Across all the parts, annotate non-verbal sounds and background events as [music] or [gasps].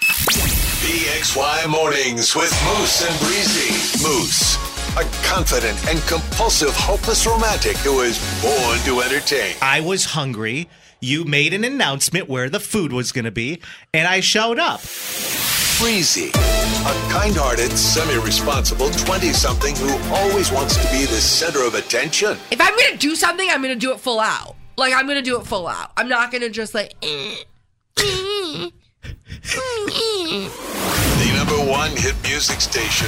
BXY Mornings with Moose and Breezy. Moose, a confident and compulsive hopeless romantic who is born to entertain. I was hungry. You made an announcement where the food was going to be, and I showed up. Breezy, a kind hearted, semi responsible 20 something who always wants to be the center of attention. If I'm gonna do something, I'm gonna do it full out. Like I'm gonna do it full out. I'm not gonna just like. eh, eh, eh. The number one hit music station,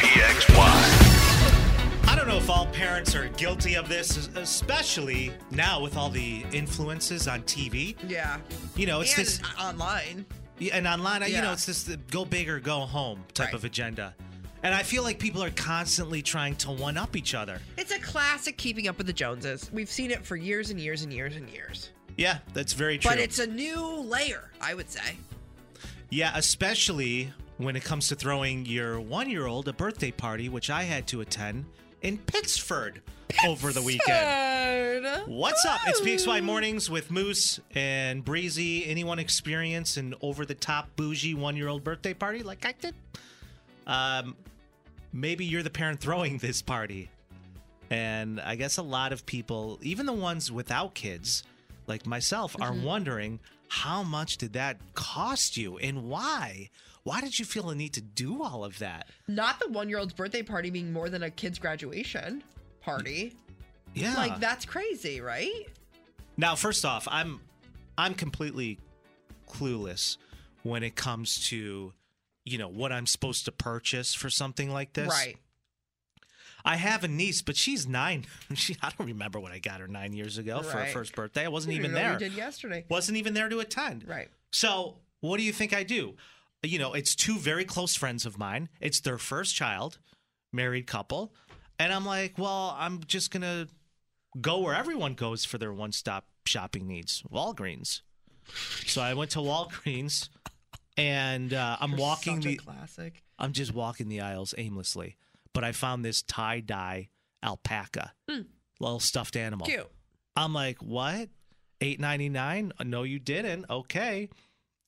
98PXY. I don't know if all parents are guilty of this, es- especially now with all the influences on TV. yeah. You know, it's and this online. Yeah, and online, I you know, Yeah. it's this uh, go big or go home type Right. of agenda. And I feel like people are constantly trying to one up each other. It's a classic keeping up with the Joneses. We've seen it for years and years and years and years. Yeah, that's very true. But it's a new layer, I would say. yeah, especially when it comes to throwing your one year old a birthday party, which I had to attend in Pittsford over the weekend. What's up? It's BXY Mornings with Moose and Breezy. Anyone experience an over the top bougie one year old birthday party like I did? Um, maybe you're the parent throwing this party. And I guess a lot of people, even the ones without kids, like myself, are wondering how much did that cost you and why? Why did you feel the need to do all of that? Not the one-year-old's birthday party being more than a kid's graduation party. Yeah. Like that's crazy, right? Now, first off, I'm I'm completely clueless when it comes to you know what I'm supposed to purchase for something like this. Right. I have a niece, but she's nine. [laughs] She I don't remember what I got her nine years ago for her Right. first birthday. I wasn't You even know what there. You did yesterday. Wasn't even there to attend. Right. So, what do you think I do? You know, it's two very close friends of mine. It's their first child, married couple. And I'm like, well, I'm just going to go where everyone goes for their one stop shopping needs Walgreens. So I went to Walgreens and uh, I'm You're walking such the, a classic. I'm just walking the aisles aimlessly. But I found this tie dye alpaca, little stuffed animal. Hmm. Cute. I'm like, what? Eight ninety nine? No, you didn't. Okay.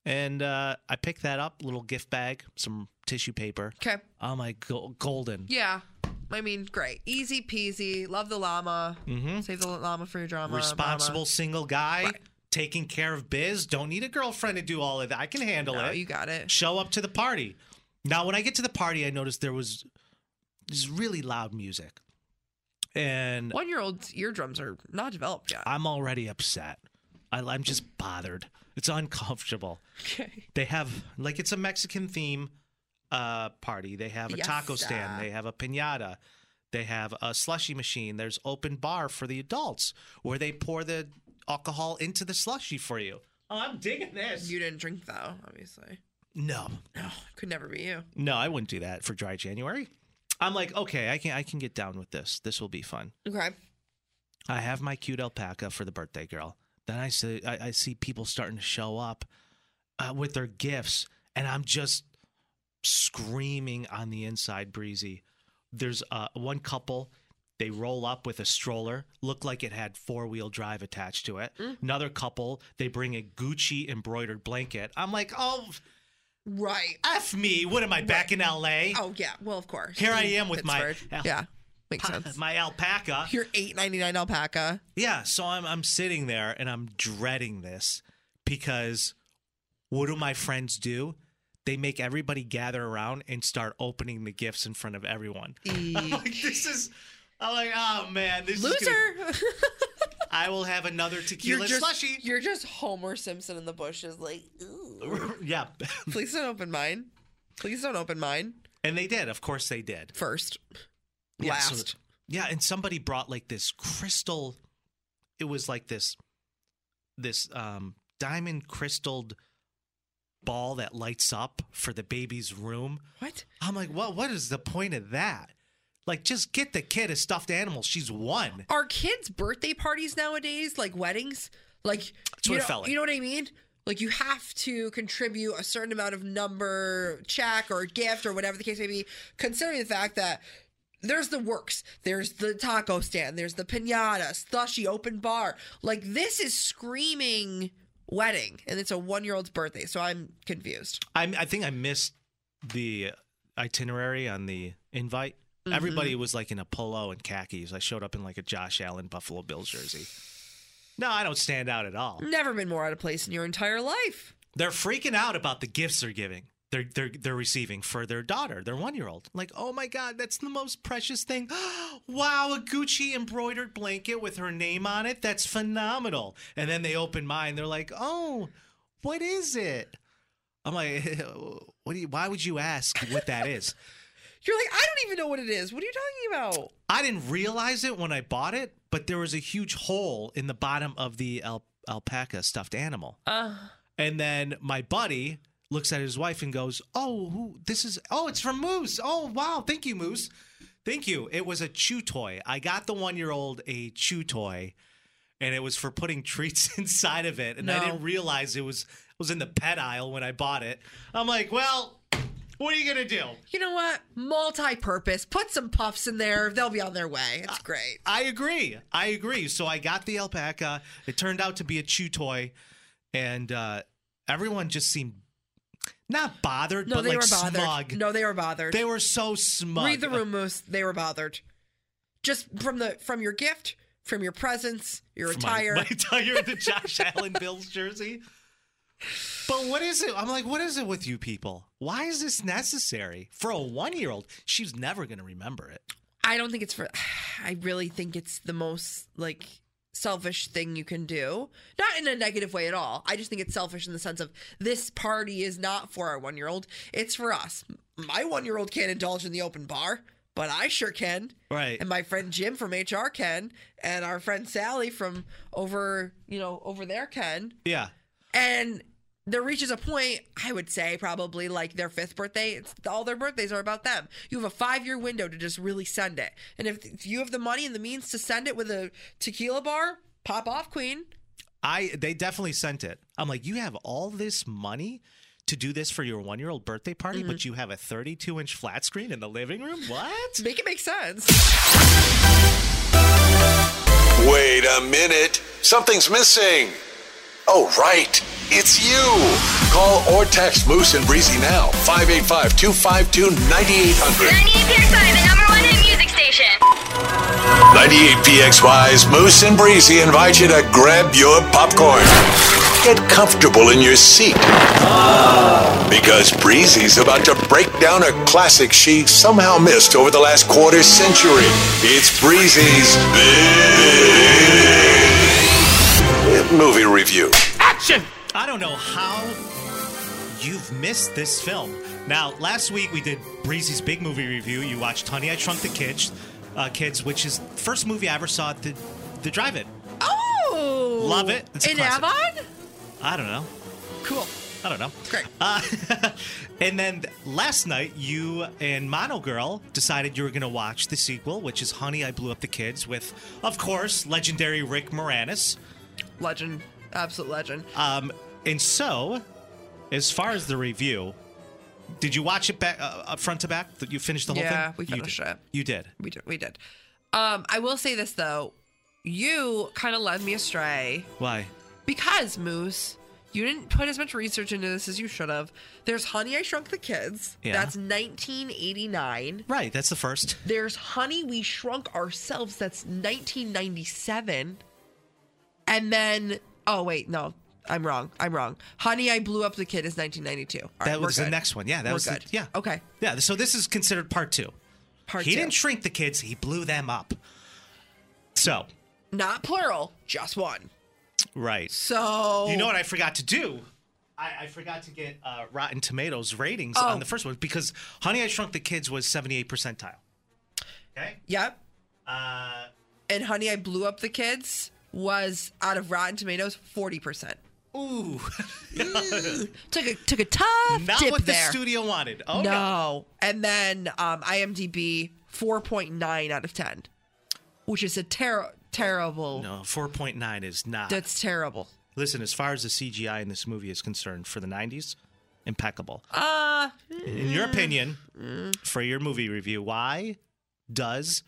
And uh, I picked that up, little gift bag, some tissue paper. Okay. I'm like, go- golden. Yeah. I mean, great. Easy peasy. Love the llama. hmm Save the llama for your drama. Responsible mama. single guy, Right. taking care of biz. Don't need a girlfriend to do all of that. I can handle No, it. you got it. Show up to the party. Now, when I get to the party, I noticed there was this really loud music, and One year old's eardrums are not developed yet. I'm already upset. I, I'm just bothered. It's uncomfortable. Okay. They have like it's a Mexican theme uh party. They have a taco stand, Fiesta. they have a piñata, they have a slushy machine. There's open bar for the adults where they pour the alcohol into the slushy for you. Oh, I'm digging this. You didn't drink though, obviously. no. No, could never be you. No, I wouldn't do that for dry January. I'm like, okay, I can I can get down with this. This will be fun. Okay. I have my cute alpaca for the birthday girl. Then I see I, I see people starting to show up uh, with their gifts, and I'm just screaming on the inside, breezy. There's uh, one couple. They roll up with a stroller, look like it had four wheel drive attached to it. Another couple, they bring a Gucci embroidered blanket. I'm like, oh, Right. F me. What am I back in LA? Oh yeah. Well, of course. Here I am with my- Pittsburgh. Al- yeah. Makes [laughs] sense. my alpaca. Your eight ninety nine alpaca. Yeah, so I'm I'm sitting there and I'm dreading this because what do my friends do? They make everybody gather around and start opening the gifts in front of everyone. I'm [laughs] Eek. like, this is I'm like, oh man, this is gonna- [laughs] [laughs] Loser. I will have another tequila just slushy. you're just Homer Simpson in the bushes. Like, ooh. [laughs] yeah. please don't open mine. Please don't open mine And they did, of course they did. first. Yeah, so- Last. yeah, and somebody brought like this crystal it was like this this um diamond crystalled ball that lights up for the baby's room. What? I'm like, well, what is the point of that? Like, just get the kid a stuffed animal. She's one. Are kids' birthday parties nowadays like weddings? Like what you it know, felt like. you know what I mean? Like you have to contribute a certain amount of number, check or gift or whatever the case may be, considering the fact that there's the works, there's the taco stand, there's the pinata, slushy, open bar. Like this is screaming wedding, and it's a one year old's birthday, so I'm confused. I, I think I missed the itinerary on the invite. Everybody was like in a polo and khakis. I showed up in like a Josh Allen Buffalo Bills jersey. No, I don't stand out at all. Never been more out of place in your entire life. They're freaking out about the gifts they're giving. They're they're they're receiving for their daughter, their one year old. Like, oh my god, that's the most precious thing. [gasps] wow, a Gucci embroidered blanket with her name on it. That's phenomenal. And then they open mine. They're like, oh, what is it? I'm like, [laughs] what do you? Why would you ask what that is? You're like, I don't even know what it is. What are you talking about? I didn't realize it when I bought it, but there was a huge hole in the bottom of the al- alpaca stuffed animal. Uh, And then my buddy looks at his wife and goes, "Oh, who, this is oh, it's from Moose. Oh, wow, thank you, Moose. Thank you. It was a chew toy. I got the one year old a chew toy, and it was for putting [laughs] treats inside of it. And I No. didn't realize it was was in the pet aisle when I bought it. I'm like, well, what are you gonna do? you know what? Multi-purpose. Put some puffs in there. They'll be on their way. It's great. I agree. I agree. So I got the alpaca. It turned out to be a chew toy, and uh, everyone just seemed not bothered, No, Uh, but they like were bothered. smug. No, they were bothered. They were so smug. Read the room, Moose. They were bothered. Just from the from your gift, from your presence, your My- attire. [laughs] My tire the Josh Allen Bills jersey. But what is it? I'm like, what is it with you people? Why is this necessary for a one year old? She's never going to remember it. I don't think it's for. [sighs] I really think it's the most like selfish thing you can do. Not in a negative way at all. I just think it's selfish in the sense of this party is not for our one year old. It's for us. My one year old can't indulge in the open bar, but I sure can. Right. And my friend Jim from HR can, and our friend Sally from over you know over there can. Yeah. And there reaches a point, I would say, probably like their fifth birthday. It's all their birthdays are about them. You have a five year window to just really send it. And if, if you have the money and the means to send it with a tequila bar, pop off, queen. I they definitely sent it. I'm like, you have all this money to do this for your one year old birthday party, Mm-hmm. but you have a 32 inch flat screen in the living room. What? Make it make sense. Wait a minute. Something's missing. Oh, right. It's you. Call or text Moose and Breezy now. 585 252 9800. 98.5, the number one hit music station. 98PXY's Moose and Breezy invite you to grab your popcorn. Get comfortable in your seat. Because Breezy's about to break down a classic she somehow missed over the last quarter century. It's Breezy's Big Movie Review. I don't know how you've missed this film. Now, last week we did Breezy's big movie review. You watched Honey, I Shrunk the Kids, uh, Kids, which is the first movie I ever saw at the, the drive-in. Oh, Love it. It's a In classic. Avon? I don't know. Cool. I don't know. Great. Uh, [laughs] and then last night, you and Mono Girl decided you were going to watch the sequel, which is Honey, I Blew Up the Kids, with, of course, legendary Rick Moranis. Legend. Absolute legend. Um, and so, as far as the review, did you watch it back uh, up front to back? That you finished the whole thing? Yeah, we You finished did. it. You did. We did. We did. Um, I will say this though. You kind of led me astray Why? Because Moose, you didn't put as much research into this as you should have. There's Honey I Shrunk the Kids. Yeah. That's 1989. Right. That's the first. There's Honey We Shrunk Ourselves. That's 1997. And then oh wait, no. I'm wrong. I'm wrong. Honey I Blew Up the Kid is 1992. All right, That we're was the good. next one. Yeah. That We're was the- good. yeah. Okay. Yeah. So this is considered part two. Part he two. didn't shrink the kids. He blew them up. So Not plural, just one. right. So You know what I forgot to do? I, I forgot to get uh, Rotten Tomatoes ratings Oh. on the first one because Honey I Shrunk the Kids was 78 percentile. Okay. Yep. Uh, And Honey I Blew Up the Kids was out of Rotten Tomatoes 40%. Ooh, [laughs] Took a took a tough not dip what the there. studio wanted. Oh no. no. And then um, IMDb 4.9 out of 10, which is a ter- terrible. No, 4.9 is not. That's terrible. Listen, as far as the CGI in this movie is concerned for the 90s, impeccable. Uh, Mm. In your opinion, for your movie review, why does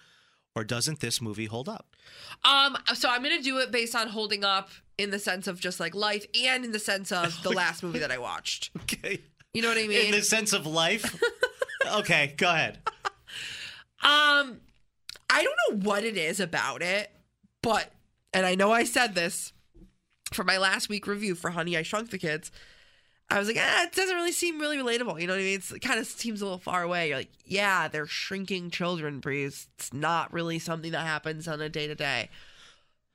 or doesn't this movie hold up? um. So I'm gonna do it based on holding up in the sense of just like life, and in the sense [laughs] of the last movie that I watched. Okay. You know what I mean? In the sense of [laughs] life? okay, go ahead. Um, I don't know what it is about it, but and I know I said this for my last week review for Honey I Shrunk the Kids. I was like, ah, it doesn't really seem really relatable. You know what I mean? It's, it kind of seems a little far away. You're like, yeah, they're shrinking children, Breeze. It's not really something that happens on a day to day.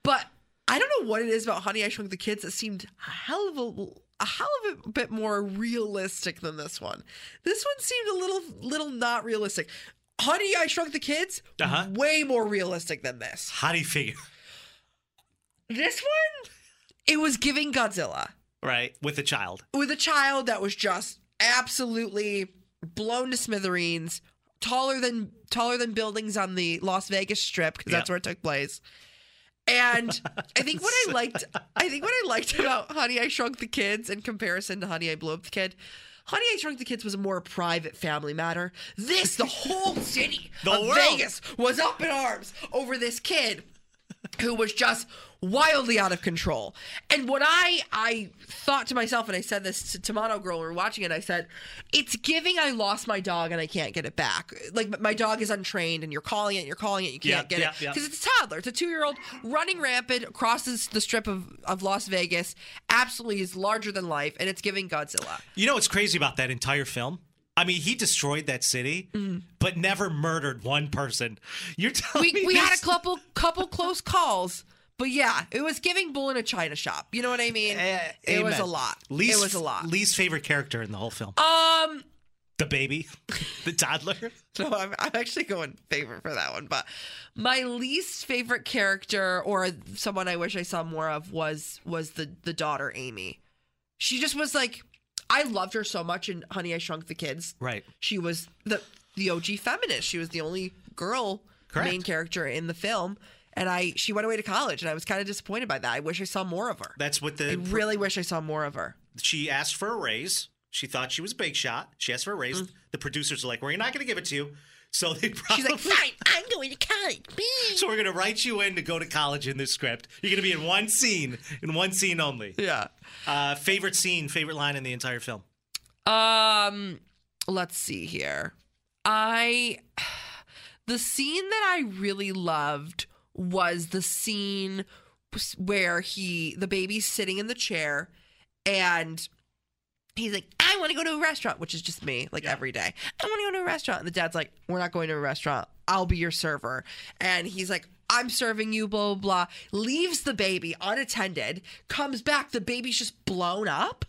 But I don't know what it is about Honey I Shrunk the Kids that seemed a hell of a, a hell of a bit more realistic than this one. This one seemed a little little not realistic. Honey I Shrunk the Kids Uh-huh. way more realistic than this. How do you figure? This one, it was giving Godzilla Right, with a child. with a child that was just absolutely blown to smithereens, taller than taller than buildings on the Las Vegas Strip because that's Yeah. where it took place. And I think what [laughs] I liked, I think what I liked about Honey I Shrunk the Kids in comparison to Honey I Blew Up the Kid. Honey, I Shrunk the Kids was a more private family matter. This, the whole city [laughs] The of world. Vegas was up in arms over this kid who was just wildly out of control. And what I I thought to myself, and I said this to Tomato Girl when we were watching it, I said, "It's giving I lost my dog and I can't get it back. Like my dog is untrained, and you're calling it, you're calling it, you Yeah, can't get yeah, it yeah. because it's a toddler, it's a two year old running rampant across this, the strip of of Las Vegas. Absolutely is larger than life, and it's giving Godzilla. You know what's crazy about that entire film? I mean, he destroyed that city, but never murdered one person. You're telling Mm. We me we had this- a couple couple close calls." But yeah, it was giving bull in a china shop. You know what I mean? Eh, it was amen. a lot. Least, it was a lot. Least favorite character in the whole film. um, the baby, [laughs] the toddler. [laughs] No, I'm, I'm actually going favorite for that one. But my least favorite character, or someone I wish I saw more of, was was the the daughter Amy. She just was like, I loved her so much in Honey I Shrunk the Kids. Right. She was the the OG feminist. She was the only girl Correct. main character in the film, and I she went away to college, and I was kind of disappointed by that. I wish I saw more of her. That's what the I really wish I saw more of her. she asked for a raise. She thought she was a big shot. She asked for a raise. The producers are like, "We're not going to give it to you." So they probably Mm. She's like, fine, I'm going to college. Bye." so we're going to write you in to go to college in this script. You're going to be in one scene, in one scene only. Yeah. Uh, favorite scene, favorite line in the entire film. Um, let's see here. I the scene that I really loved was the scene where he the baby's sitting in the chair and he's like, I want to go to a restaurant, which is just me, like every day. I want to go to a restaurant. And the dad's like, We're not going to a restaurant. I'll be your server. And he's like, I'm serving you, blah, blah, blah. Leaves the baby unattended, comes back. The baby's just blown up.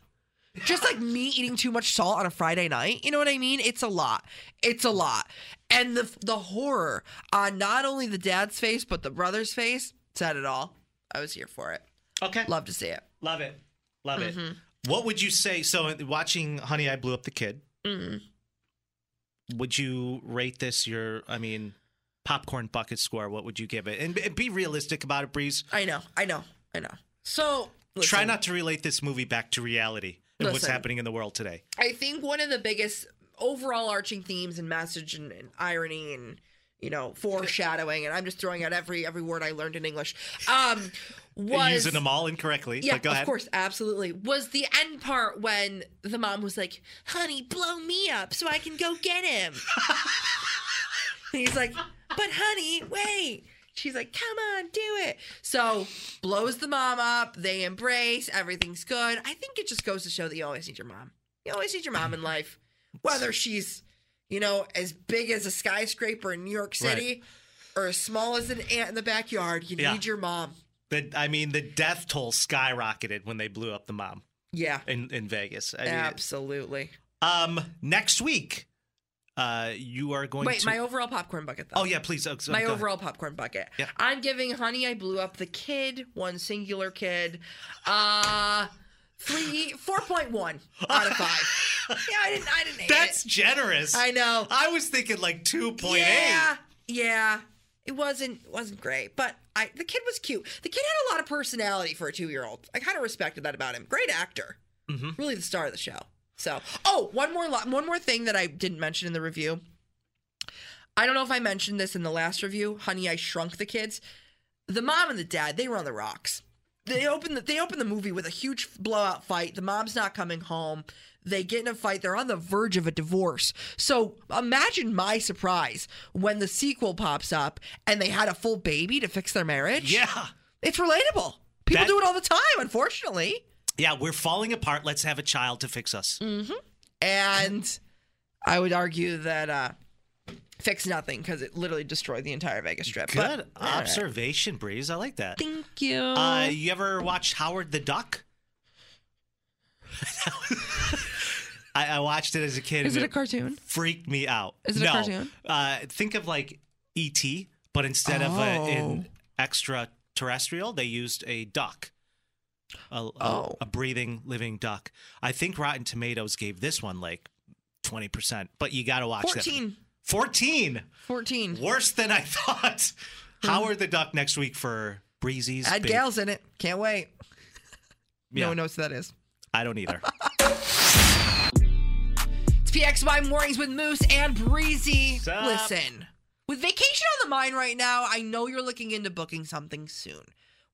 Just like me eating too much salt on a Friday night. You know what I mean? It's a lot. It's a lot. And the the horror on not only the dad's face, but the brother's face said it all. I was here for it. Okay, Love to see it. Love it. Love Mm-hmm. it. What would you say? So, watching Honey, I Blew Up the Kid, Mm-hmm. would you rate this your, I mean, popcorn bucket score? What would you give it? And, b- be realistic about it, Breeze. I know. I know. I know. So listen. Try not to relate this movie back to reality and what's Listen. happening in the world today. I think one of the biggest overall arching themes and message and, and irony and you know foreshadowing and I'm just throwing out every every word I learned in English. Um, You're was using them all incorrectly. yeah, but go of ahead. course, absolutely. Was the end part when the mom was like, "Honey, blow me up so I can go get [laughs] him." and he's like, "But honey, wait." She's like, "Come on, do it." So blows the mom up. They embrace. Everything's good. I think it just goes to show that you always need your mom. You always need your mom in life, [laughs] whether she's you know as big as a skyscraper in New York City. Or as small as an ant in the backyard, you Yeah. need your mom. The, I mean, the death toll skyrocketed when they blew up the mom Yeah, in, in Vegas. I mean, absolutely. um, next week, uh, you are going Wait, to. my overall popcorn bucket though. oh, yeah, please. oh, so- My go ahead. overall popcorn bucket. Yeah. I'm giving Honey I Blew Up the Kid, one singular kid. Uh Three, four point one out [laughs] of five. yeah, I didn't. I didn't. Hate That's it. generous. I know. I was thinking like 2.8. yeah, yeah. It wasn't wasn't great, but I the kid was cute. The kid had a lot of personality for a two year old. I kind of respected that about him. Great actor, really the star of the show. So, oh, one more lo- one more thing that I didn't mention in the review. I don't know if I mentioned this in the last review. Honey, I shrunk the kids. The mom and the dad, they were on the rocks. They open the they open the movie with a huge blowout fight. The mom's not coming home. They get in a fight. They're on the verge of a divorce. So imagine my surprise when the sequel pops up and they had a full baby to fix their marriage. Yeah. It's relatable. People That- do it all the time, unfortunately. Yeah, we're falling apart. Let's have a child to fix us. And I would argue that uh fix nothing because it literally destroyed the entire Vegas strip. But- Good observation, Breeze. I like that. Thank you. Uh, you ever watch Howard the Duck? [laughs] I, I watched it as a kid. Is and it a cartoon? Freaked me out. Is it a no. cartoon? Uh, think of like E.T., but instead of a, an Oh. extraterrestrial, they used a duck. A, a- Oh. a breathing, living duck. I think Rotten Tomatoes gave this one like 20%, but you got to watch that. 14. 14. 14. Worse than I [laughs] thought. Howard the Duck next week for Breezy's. Ed big- Gale's in it. Can't wait. Yeah. No one knows who that is. I don't [laughs] either. It's PXY Mornings with Moose and Breezy. Sup? Listen, with vacation on the mind right now, I know you're looking into booking something soon.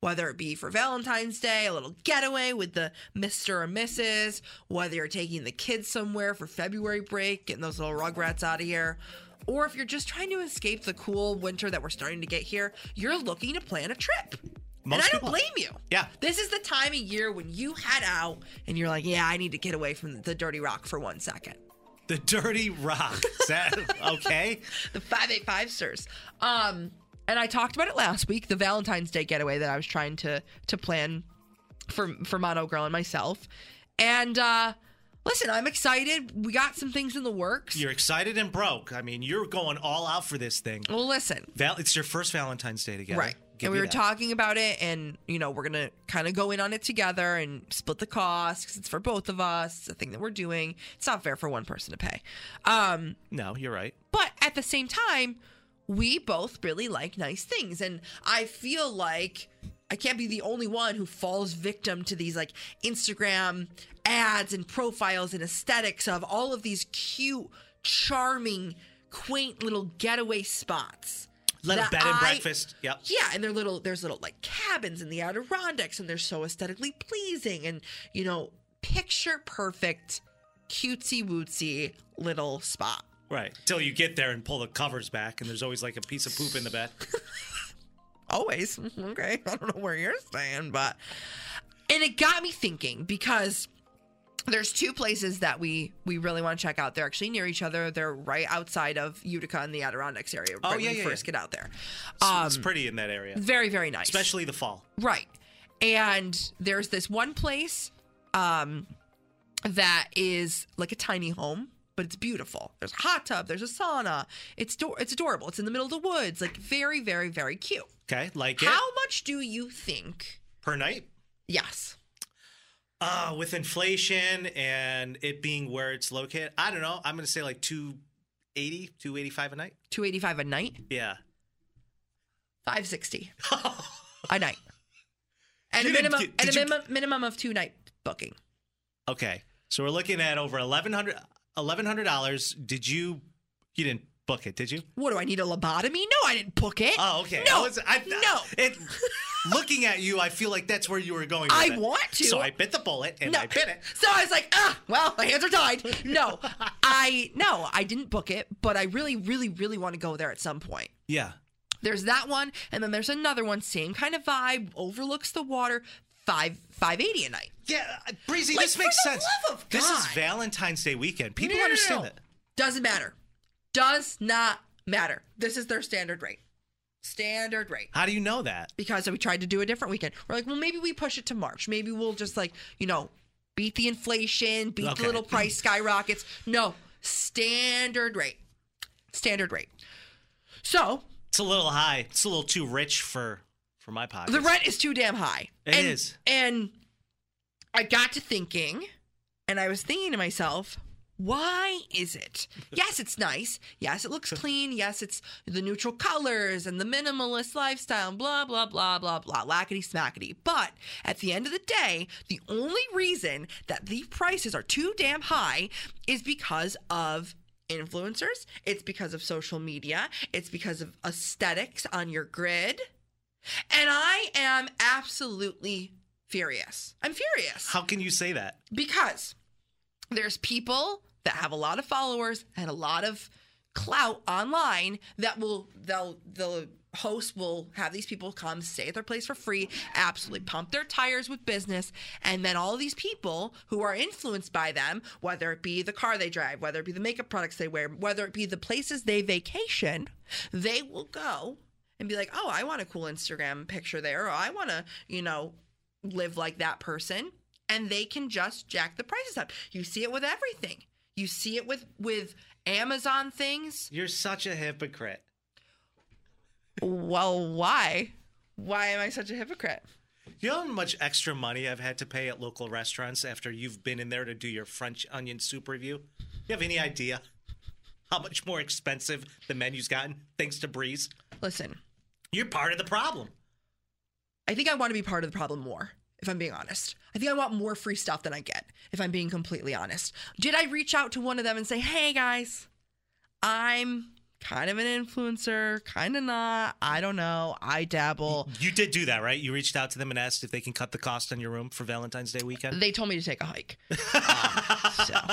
Whether it be for Valentine's Day, a little getaway with the Mr. or Mrs., whether you're taking the kids somewhere for February break, getting those little rugrats out of here, or if you're just trying to escape the cool winter that we're starting to get here, you're looking to plan a trip. Most and I people- don't blame you. Yeah. This is the time of year when you head out and you're like, yeah, I need to get away from the dirty rock for one second. the Dirty Rock. Is that [laughs] okay? the 585 sirs. Um, and I talked about it last week, the Valentine's Day getaway that I was trying to to plan for for Mono Girl and myself. And uh listen, I'm excited. We got some things in the works. You're excited and broke. I mean, you're going all out for this thing. well, listen. Val- it's your first Valentine's Day together. Right. Give and we me were that. talking about it, and you know, we're gonna kind of go in on it together and split the cost because it's for both of us. It's a thing that we're doing. It's not fair for one person to pay. Um, No, you're right. But at the same time, we both really like nice things. And I feel like I can't be the only one who falls victim to these like Instagram ads and profiles and aesthetics of all of these cute, charming, quaint little getaway spots. Little that bed and I- breakfast. Yep. yeah, and they're little. There's little like cabins in the Adirondacks, and they're so aesthetically pleasing, and you know, picture perfect, cutesy wootsy little spot. Right. Till you get there and pull the covers back, and there's always like a piece of poop in the bed. always. [laughs] Okay. I don't know where you're staying, but. And it got me thinking because there's two places that we we really want to check out. They're actually near each other. They're right outside of Utica in the Adirondacks area. Oh, right yeah, when we yeah, first yeah. get out there. Um, it's pretty in that area, Very, very nice. especially the fall. Right. And there's this one place um that is like a tiny home, but it's beautiful. There's a hot tub, there's a sauna. It's do- it's adorable. It's in the middle of the woods, like very very very cute. Okay. Like it How much do you think? per night. Yes. Uh, with inflation and it being where it's located, I don't know. I'm gonna say like 280, 285 a night. 285 a night, Yeah. 560 [laughs] a night. And You didn't a minimum get- and did a you- minimum, minimum of two night booking. [laughs] Okay. So we're looking at over eleven hundred eleven hundred dollars. Did you you didn't book it, did you? What do I need a lobotomy? No, I didn't book it. Oh, okay. No. I was- I- no. It, looking at you, I feel like that's where you were going. With I it. want to. So I bit the bullet and no. I bit it. So I was like, ah, well, my hands are tied. No, I no, I didn't book it, but I really, really, really want to go there at some point. Yeah. There's that one, and then there's another one, same kind of vibe, overlooks the water, five five eighty a night. Yeah, uh, Breezy, Like, this for makes the sense. love of This is God. Valentine's Day weekend. People No, no, no, understand no. that. Doesn't matter. Does not matter. This is their standard rate. Standard rate. How do you know that? Because we tried to do a different weekend. We're like, well, maybe we push it to March. Maybe we'll just like, you know, beat the inflation, beat Okay. the little price skyrockets. No, standard rate. Standard rate. So It's a little high. It's a little too rich for for my pocket. the rent is too damn high. It and, is. And I got to thinking, and I was thinking to myself, why is it? Yes, it's nice. Yes, it looks clean. Yes, it's the neutral colors and the minimalist lifestyle and blah, blah, blah, blah, blah, lackety smackety. But at the end of the day, the only reason that the prices are too damn high is because of influencers, it's because of social media, it's because of aesthetics on your grid. And I am absolutely furious. I'm furious How can you say that? because there's people that have a lot of followers and a lot of clout online that will they'll the host will have these people come stay at their place for free absolutely pump their tires with business and then all these people who are influenced by them whether it be the car they drive whether it be the makeup products they wear whether it be the places they vacation they will go and be like oh i want a cool instagram picture there or i want to you know live like that person and they can just jack the prices up you see it with everything you see it with with amazon things You're such a hypocrite. well why why am i such a hypocrite You know how much extra money I've had to pay at local restaurants after you've been in there to do your French onion soup review? You have any idea how much more expensive the menu's gotten thanks to Breeze? listen You're part of the problem. i think i want to be part of the problem more if i'm being honest i think i want more free stuff than i get if i'm being completely honest did i reach out to one of them and say hey guys i'm kind of an influencer kind of not i don't know i dabble You did do that, right? You reached out to them and asked if they can cut the cost on your room for Valentine's Day [laughs] weekend. they told me to take a hike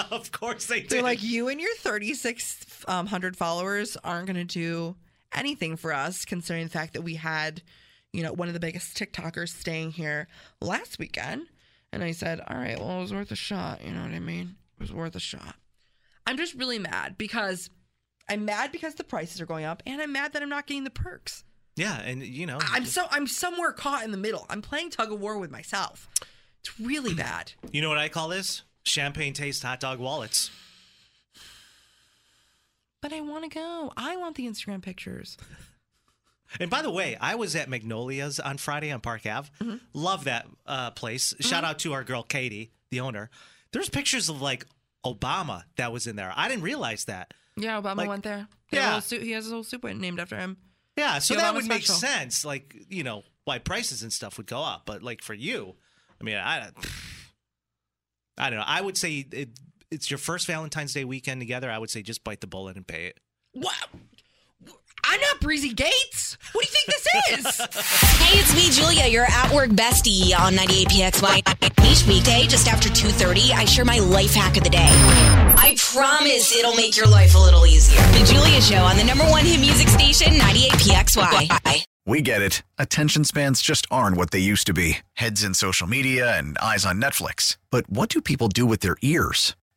[laughs] of course they did. Ah, They're [laughs] like, you and your 3,600 followers aren't going to do anything for us, considering the fact that we had, you know, one of the biggest TikTokers staying here last weekend. And I said, all right, well, it was worth a shot. You know what I mean? It was worth a shot. I'm just really mad because I'm mad because the prices are going up and I'm mad that I'm not getting the perks. yeah, and you know, I'm so I'm somewhere caught in the middle. I'm playing tug of war with myself. It's really bad. you know what I call this? Champagne taste hot dog wallets. But I want to go. I want the Instagram pictures. And by the way, I was at Magnolia's on Friday on Park Ave. Love that uh, place. Shout out to our girl Katie, the owner. There's pictures of like Obama that was in there. I didn't realize that. Yeah, Obama Like- went there. They have a Yeah. whole suit- he has his whole soup named after him. Yeah, so The that Obama would make special. sense. Like you know why prices and stuff would go up, but like for you, I mean, I, [sighs] I don't know. I would say it, it's your first Valentine's Day weekend together. I would say just bite the bullet and pay it. What? I'm not Breezy Gates. What do you think this is? Hey, it's me, Julia, your at work bestie on 98PXY. Each weekday, just after 2.30, I share my life hack of the day. I promise it'll make your life a little easier. The Julia Show on the number one hit music station, 98PXY. We get it. Attention spans just aren't what they used to be heads in social media and eyes on Netflix. But what do people do with their ears?